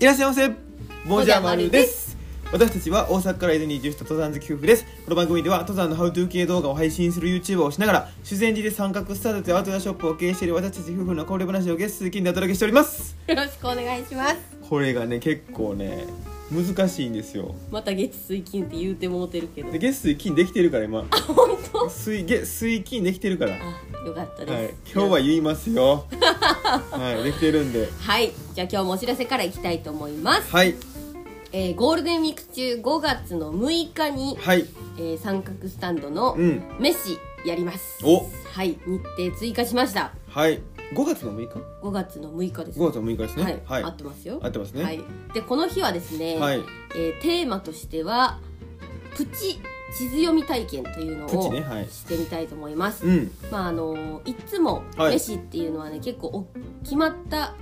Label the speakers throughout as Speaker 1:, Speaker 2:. Speaker 1: いらっしゃいませもじゃまる
Speaker 2: もじゃまるで
Speaker 1: です私たちは大阪から伊豆に移住した登山好き夫婦ですこの番組では登山のハウトゥー系動画を配信する YouTuber をしながら修善寺で三角スタートというアウトドアショップを経営している私たち夫婦のこれ話をゲストで金でお届けしております
Speaker 2: よろしくお願いします
Speaker 1: これがね結構ね難しいんですよ
Speaker 2: また月水金って言うてもうてるけど
Speaker 1: で月水金できてるから 今
Speaker 2: 本当
Speaker 1: 水月水金できてるから
Speaker 2: あよかった
Speaker 1: はい
Speaker 2: で、す
Speaker 1: 今日は言います よはいできてるんで
Speaker 2: はいじゃあ今日もお知らせからいきたいと思います、
Speaker 1: はい
Speaker 2: えーゴールデンウィーク中5月の6日に、
Speaker 1: はい
Speaker 2: えー三角スタンドの
Speaker 1: うん
Speaker 2: メッシやります、
Speaker 1: お
Speaker 2: はい日程追加しました
Speaker 1: はい5月の6日
Speaker 2: 5月の6日です
Speaker 1: 5月の6日です
Speaker 2: は
Speaker 1: ね
Speaker 2: い、合ってますよ
Speaker 1: 合ってますね
Speaker 2: はい、でこの日はですね、
Speaker 1: はい
Speaker 2: えーテーマとしてはプチ地図読み体験というの
Speaker 1: プチ
Speaker 2: を
Speaker 1: ねはい
Speaker 2: してみたいと思います、
Speaker 1: うん
Speaker 2: まああのいつも
Speaker 1: はい
Speaker 2: 飯っていうのはね、結構お決まった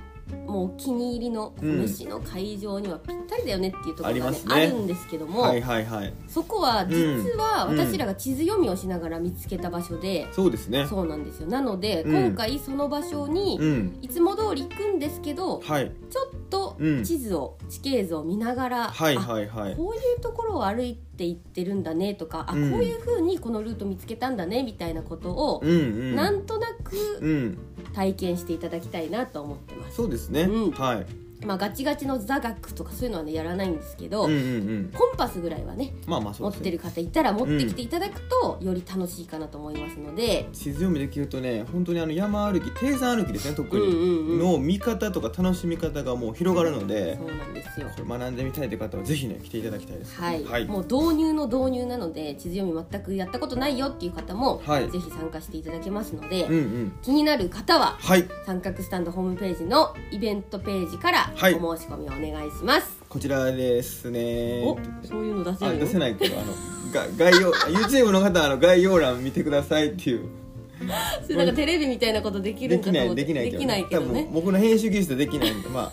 Speaker 2: もうお気に入りの
Speaker 1: うん
Speaker 2: 飯の会場にはぴったりだよねっていうところ
Speaker 1: あり
Speaker 2: が
Speaker 1: ま
Speaker 2: ね,、
Speaker 1: す
Speaker 2: あ
Speaker 1: ね
Speaker 2: るんですけども、
Speaker 1: はいはいはい
Speaker 2: そこは実は
Speaker 1: うん
Speaker 2: 私らが地図読みをしながら見つけた場所で、
Speaker 1: そうですね
Speaker 2: そうなんですよなので、
Speaker 1: うん
Speaker 2: 今回その場所に、
Speaker 1: うん
Speaker 2: いつも通り行くんですけど、
Speaker 1: はい
Speaker 2: ちょっと
Speaker 1: うん
Speaker 2: 地図を、地形図を見ながら、
Speaker 1: はい
Speaker 2: あ
Speaker 1: はいはい
Speaker 2: こういうところを歩いていってるんだねとか、
Speaker 1: うん
Speaker 2: あこういう風にこのルート見つけたんだねみたいなことを、
Speaker 1: うんうん
Speaker 2: なんとな
Speaker 1: う
Speaker 2: く
Speaker 1: ん
Speaker 2: 体験していただきたいなと思ってます。
Speaker 1: そうですね
Speaker 2: うん
Speaker 1: はい
Speaker 2: まあガチガチの座学とかそういうのはねやらないんですけど、
Speaker 1: うんうんうん
Speaker 2: コンパスぐらいはね
Speaker 1: まあまあそ
Speaker 2: 持
Speaker 1: う
Speaker 2: っ
Speaker 1: です
Speaker 2: て
Speaker 1: ね
Speaker 2: る方いたら持ってきていただくと、より楽しいかなと思いますので、
Speaker 1: 地図読みできるとね本当にあの山歩き低山歩きですね
Speaker 2: う
Speaker 1: 特
Speaker 2: んう
Speaker 1: に
Speaker 2: んうん、
Speaker 1: の見方とか楽しみ方がもう広がるので
Speaker 2: そうなんですよ。
Speaker 1: これ学んでみたいという方はぜひね来ていただきたいです
Speaker 2: はい、
Speaker 1: はい
Speaker 2: もう導入の導入なので地図読み全くやったことないよっていう方も、
Speaker 1: はい
Speaker 2: ぜひ参加していただけますので、
Speaker 1: うんうん
Speaker 2: 気になる方は
Speaker 1: はい
Speaker 2: 三角スタンドホームページのイベントページから
Speaker 1: はい
Speaker 2: お申し込みをお願いします、
Speaker 1: こちらですね
Speaker 2: おそういうの出せ
Speaker 1: あ
Speaker 2: る
Speaker 1: 出せ
Speaker 2: い
Speaker 1: ないけどあのが 概要 YouTube の方はあの概要欄見てくださいっていう
Speaker 2: それなんかテレビみたいなことできる
Speaker 1: で
Speaker 2: んか
Speaker 1: き
Speaker 2: と
Speaker 1: な
Speaker 2: 思
Speaker 1: い
Speaker 2: って
Speaker 1: できないけど,、
Speaker 2: できないけど
Speaker 1: 多分
Speaker 2: ね
Speaker 1: 僕の編集技術でできないんでまあ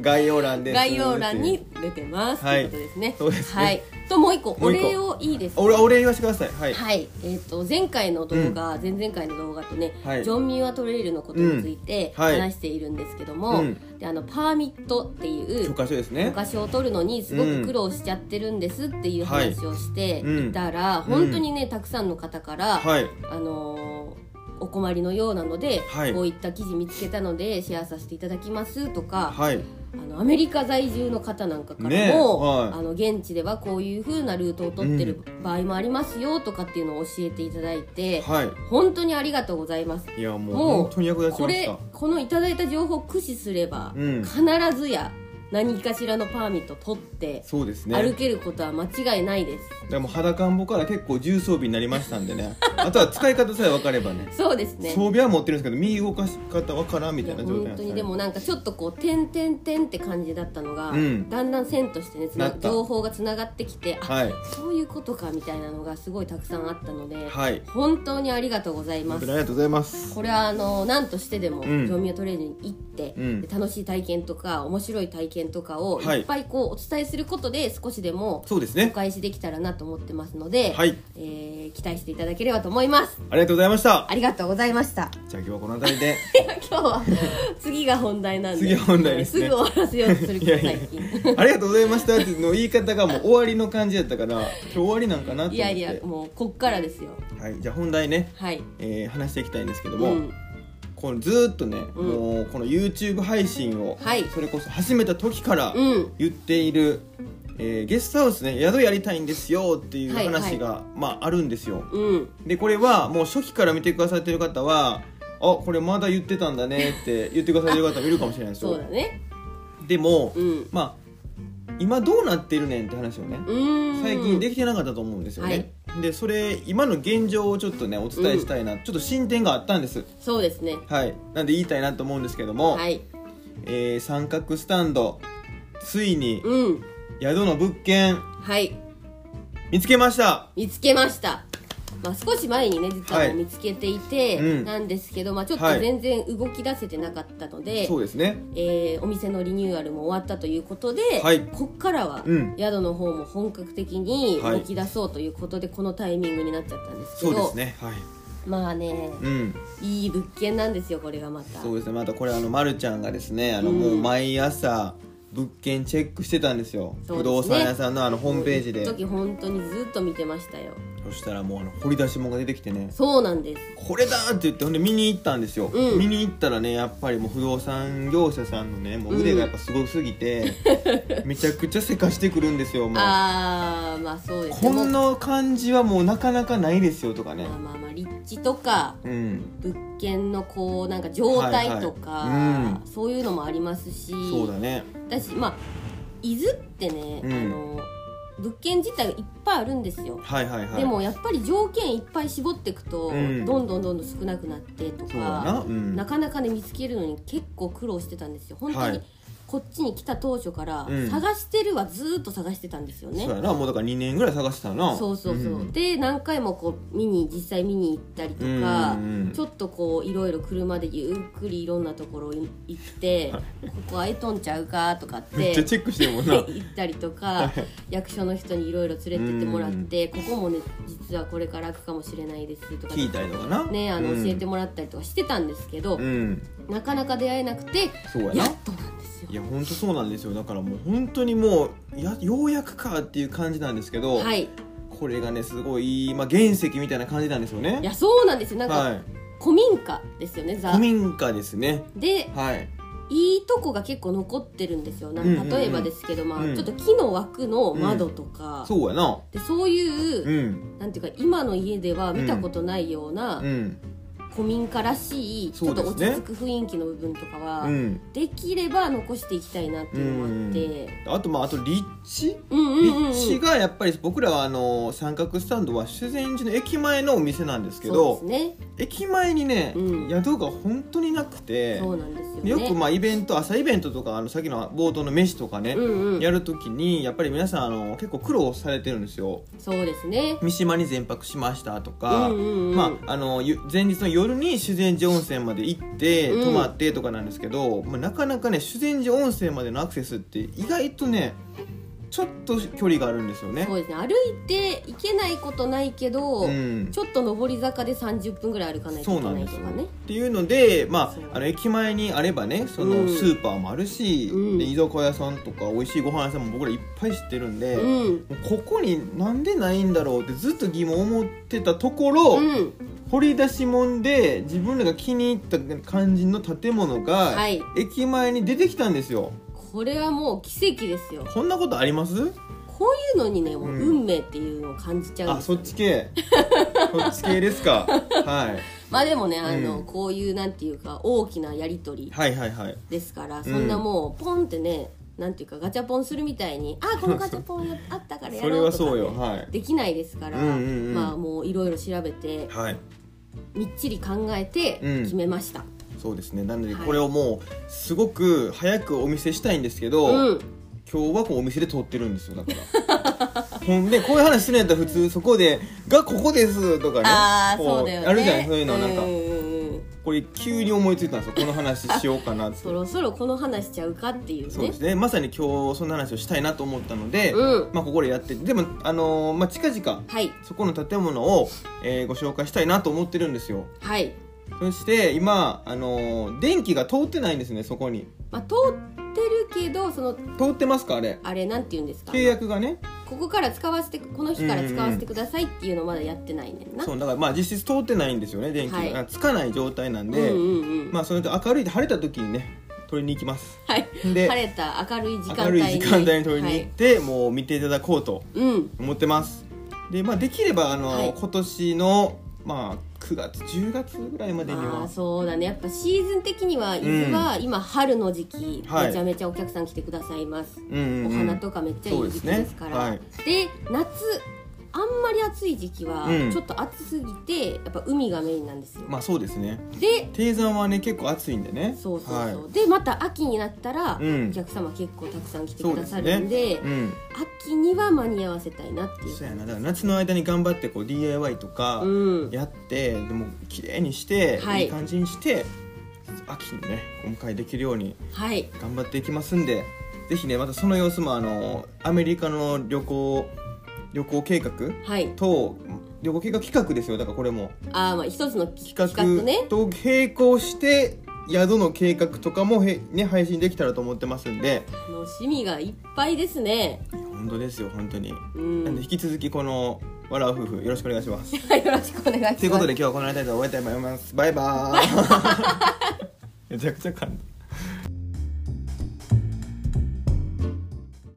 Speaker 1: 概要欄です
Speaker 2: 概要欄に出てます、
Speaker 1: はい
Speaker 2: ということですね
Speaker 1: そうですね
Speaker 2: はい、ともう一個
Speaker 1: も
Speaker 2: お
Speaker 1: う一個
Speaker 2: 礼をいいですか
Speaker 1: 俺お礼言わせてくださいはい、
Speaker 2: はい、えっ、と前回の動画、前々回の動画とね、
Speaker 1: はい
Speaker 2: ジョンミュアトレイルのことについて
Speaker 1: うんはい
Speaker 2: 話しているんですけども、
Speaker 1: うん
Speaker 2: であのパーミットってい
Speaker 1: 許
Speaker 2: う
Speaker 1: 可書ですね
Speaker 2: 許可証を取るのにすごく苦労しちゃってるんですっていう話をしていたら、
Speaker 1: いうん
Speaker 2: 本当にねたくさんの方から、
Speaker 1: はい
Speaker 2: あのーお困りのようなので、
Speaker 1: はい
Speaker 2: こういった記事見つけたのでシェアさせていただきますとか、
Speaker 1: はい
Speaker 2: あのアメリカ在住の方なんかからも、
Speaker 1: ねえはい
Speaker 2: あの現地ではこういう風なルートを取ってる場合もありますよとかっていうのを教えていただいて、
Speaker 1: は
Speaker 2: 本当にありがとうございます
Speaker 1: いいやもう
Speaker 2: もう
Speaker 1: 本当に役立ち
Speaker 2: こ
Speaker 1: まし
Speaker 2: れ
Speaker 1: た
Speaker 2: このいただいた情報を駆使すれば、
Speaker 1: うん
Speaker 2: 必ずや何かしらのパーミット取って
Speaker 1: そうですね
Speaker 2: 歩けることは間違いないです、
Speaker 1: でもう裸んぼから結構重装備になりましたんでねあとは使い方さえ分かればね
Speaker 2: そうですね
Speaker 1: 装備は持ってるんですけど右動かし方分からんみ
Speaker 2: い
Speaker 1: た
Speaker 2: や
Speaker 1: いな状態
Speaker 2: 本
Speaker 1: なんで
Speaker 2: 当
Speaker 1: す
Speaker 2: に
Speaker 1: よ
Speaker 2: で
Speaker 1: ね
Speaker 2: もなんかちょっとこう点点点って感じだったのが、
Speaker 1: うん
Speaker 2: だんだん線としてねつ
Speaker 1: な
Speaker 2: な
Speaker 1: った
Speaker 2: 情報がつながってきてあ
Speaker 1: はい
Speaker 2: そういうことかみたいなのがすごいたくさんあったので、
Speaker 1: はい
Speaker 2: 本当にありがとうございま
Speaker 1: 本当
Speaker 2: す
Speaker 1: にあ。りがとうございます
Speaker 2: これはあの何としてでも、
Speaker 1: ん
Speaker 2: ジョンミオトレーニングに行って、
Speaker 1: うん
Speaker 2: で楽しい体験とか面白い体験とかを
Speaker 1: はい
Speaker 2: いっぱいこうお伝えすることで少しでも
Speaker 1: そうです
Speaker 2: お
Speaker 1: ね
Speaker 2: 返しできたらなと思ってますので、
Speaker 1: はい
Speaker 2: えー期待していただければと思います。
Speaker 1: ありがとうございました
Speaker 2: ありがとうございました。
Speaker 1: じゃあ今日はこの辺りで
Speaker 2: いや 今日は次が本題なんで
Speaker 1: 次が本題ですね
Speaker 2: すぐ終わらせようとする
Speaker 1: い
Speaker 2: け
Speaker 1: や
Speaker 2: ど
Speaker 1: いや
Speaker 2: 最近。
Speaker 1: ありがとうございましたっていうの言い方がもう終わりの感じだったから今日終わりなんかなと思って
Speaker 2: いやいやもうこっからですよ。
Speaker 1: はい、じゃあ本題ね、
Speaker 2: はい。
Speaker 1: えー話していきたいんですけど
Speaker 2: う
Speaker 1: も、
Speaker 2: ん
Speaker 1: このずーっとね、
Speaker 2: うん
Speaker 1: もうこの YouTube 配信を、
Speaker 2: はい
Speaker 1: それこそ始めた時から
Speaker 2: うん
Speaker 1: 言っている、えーゲストハウスね宿やりたいんですよっていう
Speaker 2: はい
Speaker 1: 話が、まあ、あるんですよ。
Speaker 2: うん。
Speaker 1: でこれはもう初期から見てくださってる方は「あこれまだ言ってたんだね」って言ってくださってる方もいるかもしれないです
Speaker 2: そう
Speaker 1: よ
Speaker 2: だ。ね。
Speaker 1: でも、
Speaker 2: うん。
Speaker 1: まあ今どうなってるねんって話をね
Speaker 2: うーん
Speaker 1: 最近できてなかったと思うんですよね、でそれ今の現状をちょっとねお伝えしたいな、ちょっと進展があったんです
Speaker 2: そうですね。
Speaker 1: はいなんで言いたいなと思うんですけども、
Speaker 2: はい。
Speaker 1: えー三角スタンドついに
Speaker 2: うん。
Speaker 1: 宿の物件
Speaker 2: はい。
Speaker 1: 見つけました
Speaker 2: 見つけました。まあ、少し前にね実は
Speaker 1: は
Speaker 2: も
Speaker 1: いう
Speaker 2: 見つけていて
Speaker 1: うん
Speaker 2: なんですけど、まあ、ちょっと
Speaker 1: はい
Speaker 2: 全然動き出せてなかったので、
Speaker 1: そうですね
Speaker 2: えーお店のリニューアルも終わったということで、
Speaker 1: はい
Speaker 2: こっからは
Speaker 1: うん
Speaker 2: 宿の方も本格的に
Speaker 1: はい
Speaker 2: 動き出そうということで、このタイミングになっちゃったんですけ
Speaker 1: そ
Speaker 2: ど
Speaker 1: うですねはい
Speaker 2: まあね
Speaker 1: うん
Speaker 2: いい物件なんですよこれがまた
Speaker 1: そうですねまたこれあの、ま、るちゃんがですねあの、
Speaker 2: うん
Speaker 1: もう毎朝物件チェックしてたんですよ
Speaker 2: そう
Speaker 1: 不
Speaker 2: です
Speaker 1: 動
Speaker 2: ね
Speaker 1: 産屋さんのあのホームページで
Speaker 2: もう一時本当にずっと見てましたよ
Speaker 1: そしたらもうあの掘り出し物が出てきてね
Speaker 2: そうなんです
Speaker 1: これだって言ってほんで見に行ったんですよ、
Speaker 2: うん
Speaker 1: 見に行ったらねやっぱりもう不動産業者さんのねもう腕がやっぱすごすぎ て、めちゃくちゃせかしてくるんですよもう
Speaker 2: ああまあそうですね
Speaker 1: こん
Speaker 2: もう
Speaker 1: な感じはもうなかなかないですよとかね
Speaker 2: まあまあまあ立地とか
Speaker 1: うん
Speaker 2: 物件のこうなんか状態とか、
Speaker 1: はいはいうん
Speaker 2: そういうのもありますし
Speaker 1: そうだね
Speaker 2: だしまあ伊豆ってね、
Speaker 1: うん
Speaker 2: あの物件自体がいっぱいあるんですよ、
Speaker 1: はいはいはい
Speaker 2: でもやっぱり条件いっぱい絞っていくと、
Speaker 1: うん
Speaker 2: どんどんどんどん少なくなってと
Speaker 1: そうだな
Speaker 2: か、
Speaker 1: うん
Speaker 2: なかなかね見つけるのに結構苦労してたんですよ本当
Speaker 1: は
Speaker 2: に
Speaker 1: い
Speaker 2: こっちに来た当初から、
Speaker 1: うん
Speaker 2: 探してるはずーっと探してたんですよね
Speaker 1: そうやなもうだから2年ぐらい探してたな
Speaker 2: そうそうそう、
Speaker 1: ん
Speaker 2: で何回もこう見に実際見に行ったりとか、
Speaker 1: うんうんうん
Speaker 2: ちょっとこういろいろ車でゆっくりいろんなところい行って
Speaker 1: はい
Speaker 2: ここ空いとんちゃうかとかって
Speaker 1: めっちゃチェックしてるもんな
Speaker 2: 行ったりとか役所の人にいろいろ連れてってもらってここもね実はこれから開くかもしれないですと か
Speaker 1: 聞いたりとかな
Speaker 2: ねあの
Speaker 1: うん
Speaker 2: 教えてもらったりとかしてたんですけど、
Speaker 1: うん
Speaker 2: なかなか出会えなくて
Speaker 1: そうやな
Speaker 2: やっとなんですよ
Speaker 1: い。や本当そうなんですよだからもう本当にもうやようやくかっていう感じなんですけど、
Speaker 2: はい、い
Speaker 1: これがねすごいいい、まあ、原石みたいな感じなんですよね
Speaker 2: やそうなんですよなんか、
Speaker 1: はい
Speaker 2: 古民家ですよねザ
Speaker 1: 古民家ですね
Speaker 2: で
Speaker 1: はい
Speaker 2: いいとこが結構残ってるんですよな
Speaker 1: うんうんうん
Speaker 2: 例えばですけど、まあ
Speaker 1: うん
Speaker 2: ちょっと木の枠の窓とか、
Speaker 1: そうやな
Speaker 2: でそういう、
Speaker 1: うん
Speaker 2: なんていうか今の家では見たことないような
Speaker 1: うん
Speaker 2: 古民家らしい、ちょっと
Speaker 1: そう
Speaker 2: 落
Speaker 1: です
Speaker 2: ち
Speaker 1: ね
Speaker 2: 着く雰囲気の部分とかは、
Speaker 1: うん
Speaker 2: できれば残していきたいなっていうのもあって、
Speaker 1: あとまああと立地
Speaker 2: うん、うんうんうん
Speaker 1: 立地がやっぱり僕らはあの三角スタンドは修善寺の駅前のお店なんですけど
Speaker 2: そうですね
Speaker 1: 駅前にね、
Speaker 2: うん
Speaker 1: 宿が本当になくて
Speaker 2: そうなんですよ
Speaker 1: で
Speaker 2: ね
Speaker 1: よくまあイベント朝イベントとかあのさっきの冒頭の飯とかね、
Speaker 2: うんうん、
Speaker 1: やるときにやっぱり皆さんあの結構苦労されてるんですよ
Speaker 2: そうですね
Speaker 1: 三島に全泊しましたとか、
Speaker 2: うんうんうん、
Speaker 1: まあ、あのゆ前日の夜に修善寺温泉まで行って
Speaker 2: うん
Speaker 1: 泊まってとかなんですけど、まあ、なかなかね修善寺温泉までのアクセスって意外とねちょっと距離があるんですよね
Speaker 2: そう。ですね歩いて行けないことないけど、
Speaker 1: うん
Speaker 2: ちょっと上り坂で30分ぐらい歩かないと
Speaker 1: そ
Speaker 2: いうけ
Speaker 1: なん
Speaker 2: ない
Speaker 1: で
Speaker 2: と
Speaker 1: すよ
Speaker 2: かね
Speaker 1: っていうので、ま
Speaker 2: そう
Speaker 1: あ、あの駅前にあればねそ
Speaker 2: うん
Speaker 1: のスーパーもあるし、
Speaker 2: うん
Speaker 1: で居酒屋さんとか美味しいご飯屋さんも僕らいっぱい知ってるんで、も
Speaker 2: うん
Speaker 1: うここになんでないんだろうってずっと疑問を持ってたところ、
Speaker 2: うん
Speaker 1: 掘り出し物で自分らが気に入った感じの建物が
Speaker 2: はい
Speaker 1: 駅前に出てきたんですよ、
Speaker 2: これはもう奇跡ですよ
Speaker 1: こんなことあります
Speaker 2: こういうのにねもう
Speaker 1: うん
Speaker 2: 運命っていうのを感じちゃうん
Speaker 1: あ
Speaker 2: です
Speaker 1: そ
Speaker 2: よ
Speaker 1: っち 系そっち系ですか、は
Speaker 2: まあでもねあの、
Speaker 1: うん
Speaker 2: こういうなんていうか大きなやり取
Speaker 1: い、
Speaker 2: り
Speaker 1: はいはいはい
Speaker 2: ですからそんなもうポンってねなんていうかガチャポンするみたいにあこのガチャポンやあったからや
Speaker 1: それ
Speaker 2: ろう
Speaker 1: は
Speaker 2: とか、ね、
Speaker 1: そうよはい
Speaker 2: できないですから、
Speaker 1: うんうんうん
Speaker 2: まあもういろいろ調べて
Speaker 1: はい
Speaker 2: みっちり考えて
Speaker 1: うん
Speaker 2: 決めました、
Speaker 1: そうですねなので
Speaker 2: はい
Speaker 1: これをもうすごく早くお見せしたいんですけど、
Speaker 2: うん
Speaker 1: 今日はこうお店で撮ってるんですよだから ほんでこういう話するんやったら普通そこで「がここです」とかね
Speaker 2: ああ
Speaker 1: こ
Speaker 2: そうだよね
Speaker 1: あるじゃないそういうのなんか、
Speaker 2: うんうん
Speaker 1: これ急に思いついたんですよこの話しようかな って
Speaker 2: そろそろこの話しちゃうかっていうね
Speaker 1: そうですねまさに今日そんな話をしたいなと思ったので、
Speaker 2: うん
Speaker 1: まあ、ここでやってでも、あのーまあ、近々
Speaker 2: はい
Speaker 1: そこの建物を、えーご紹介したいなと思ってるんですよ
Speaker 2: はい、
Speaker 1: そして今、あのー電気が通ってないんですねそこに
Speaker 2: まあ、通ってるけどその
Speaker 1: 通ってますかあれ
Speaker 2: あれなんて言うんですか
Speaker 1: 契約がね
Speaker 2: ここから使わせてこの日から使わせてくださいっていうのまだやってないねんな
Speaker 1: そうだからまあ実質通ってないんですよね電気が、
Speaker 2: はい
Speaker 1: つかない状態なん
Speaker 2: う
Speaker 1: で、
Speaker 2: んうんうん
Speaker 1: まあそれと明るい晴れた時にね取りに行きます
Speaker 2: はい
Speaker 1: で
Speaker 2: 晴れた明るい時間
Speaker 1: 明
Speaker 2: 帯
Speaker 1: る
Speaker 2: に
Speaker 1: い時間帯に取りに行って、もう見ていただこうと
Speaker 2: はい、うん
Speaker 1: 思ってますで、まあ、できればあの、
Speaker 2: はい
Speaker 1: 今年の、まあ、9月10月ぐらいまでに
Speaker 2: ま
Speaker 1: は
Speaker 2: あそうだねやっぱシーズン的には伊豆は今春の時期、
Speaker 1: はい
Speaker 2: めちゃめちゃお客さん来てくださいます、
Speaker 1: うんうん
Speaker 2: お
Speaker 1: うん
Speaker 2: 花とかめっちゃいい時期ですから、
Speaker 1: そう
Speaker 2: で
Speaker 1: で
Speaker 2: 夏あんまり暑い時期は
Speaker 1: うん
Speaker 2: ちょっと暑すぎて、やっぱ海がメインなんですよ、
Speaker 1: まあそうですね
Speaker 2: で
Speaker 1: 低山はね結構暑いんでね
Speaker 2: そうそうそう、
Speaker 1: はい
Speaker 2: でまた秋になったら、
Speaker 1: うん
Speaker 2: お客様結構たくさん来て
Speaker 1: そう
Speaker 2: く
Speaker 1: で
Speaker 2: だ
Speaker 1: す
Speaker 2: さ
Speaker 1: ね
Speaker 2: るんで
Speaker 1: うん
Speaker 2: 秋には間に合わせたいなっていう
Speaker 1: そうやなだから夏の間に頑張ってこう DIY とか
Speaker 2: うん
Speaker 1: やって、でも綺麗にして、
Speaker 2: はい
Speaker 1: いい感じにして秋にねお迎えできるように
Speaker 2: はい
Speaker 1: 頑張っていきますんでぜひねまたその様子もあのアメリカの旅行旅行計画
Speaker 2: はい
Speaker 1: と旅行計画企画ですよだからこれも
Speaker 2: あーまあ一つの企
Speaker 1: 企
Speaker 2: 画
Speaker 1: 画
Speaker 2: ね
Speaker 1: と並行して宿の計画とかもへ、ね、配信できたらと思ってますんで
Speaker 2: 楽しみがいっぱいですね
Speaker 1: 本当ですよ本当に、
Speaker 2: う
Speaker 1: なんで
Speaker 2: ん
Speaker 1: 引き続きこの「わらわ夫婦」よろしくお願いします
Speaker 2: よろしくお願いします
Speaker 1: ということで今日はこの辺りで終わりたいと思いますバイバーイめちゃくちゃ簡単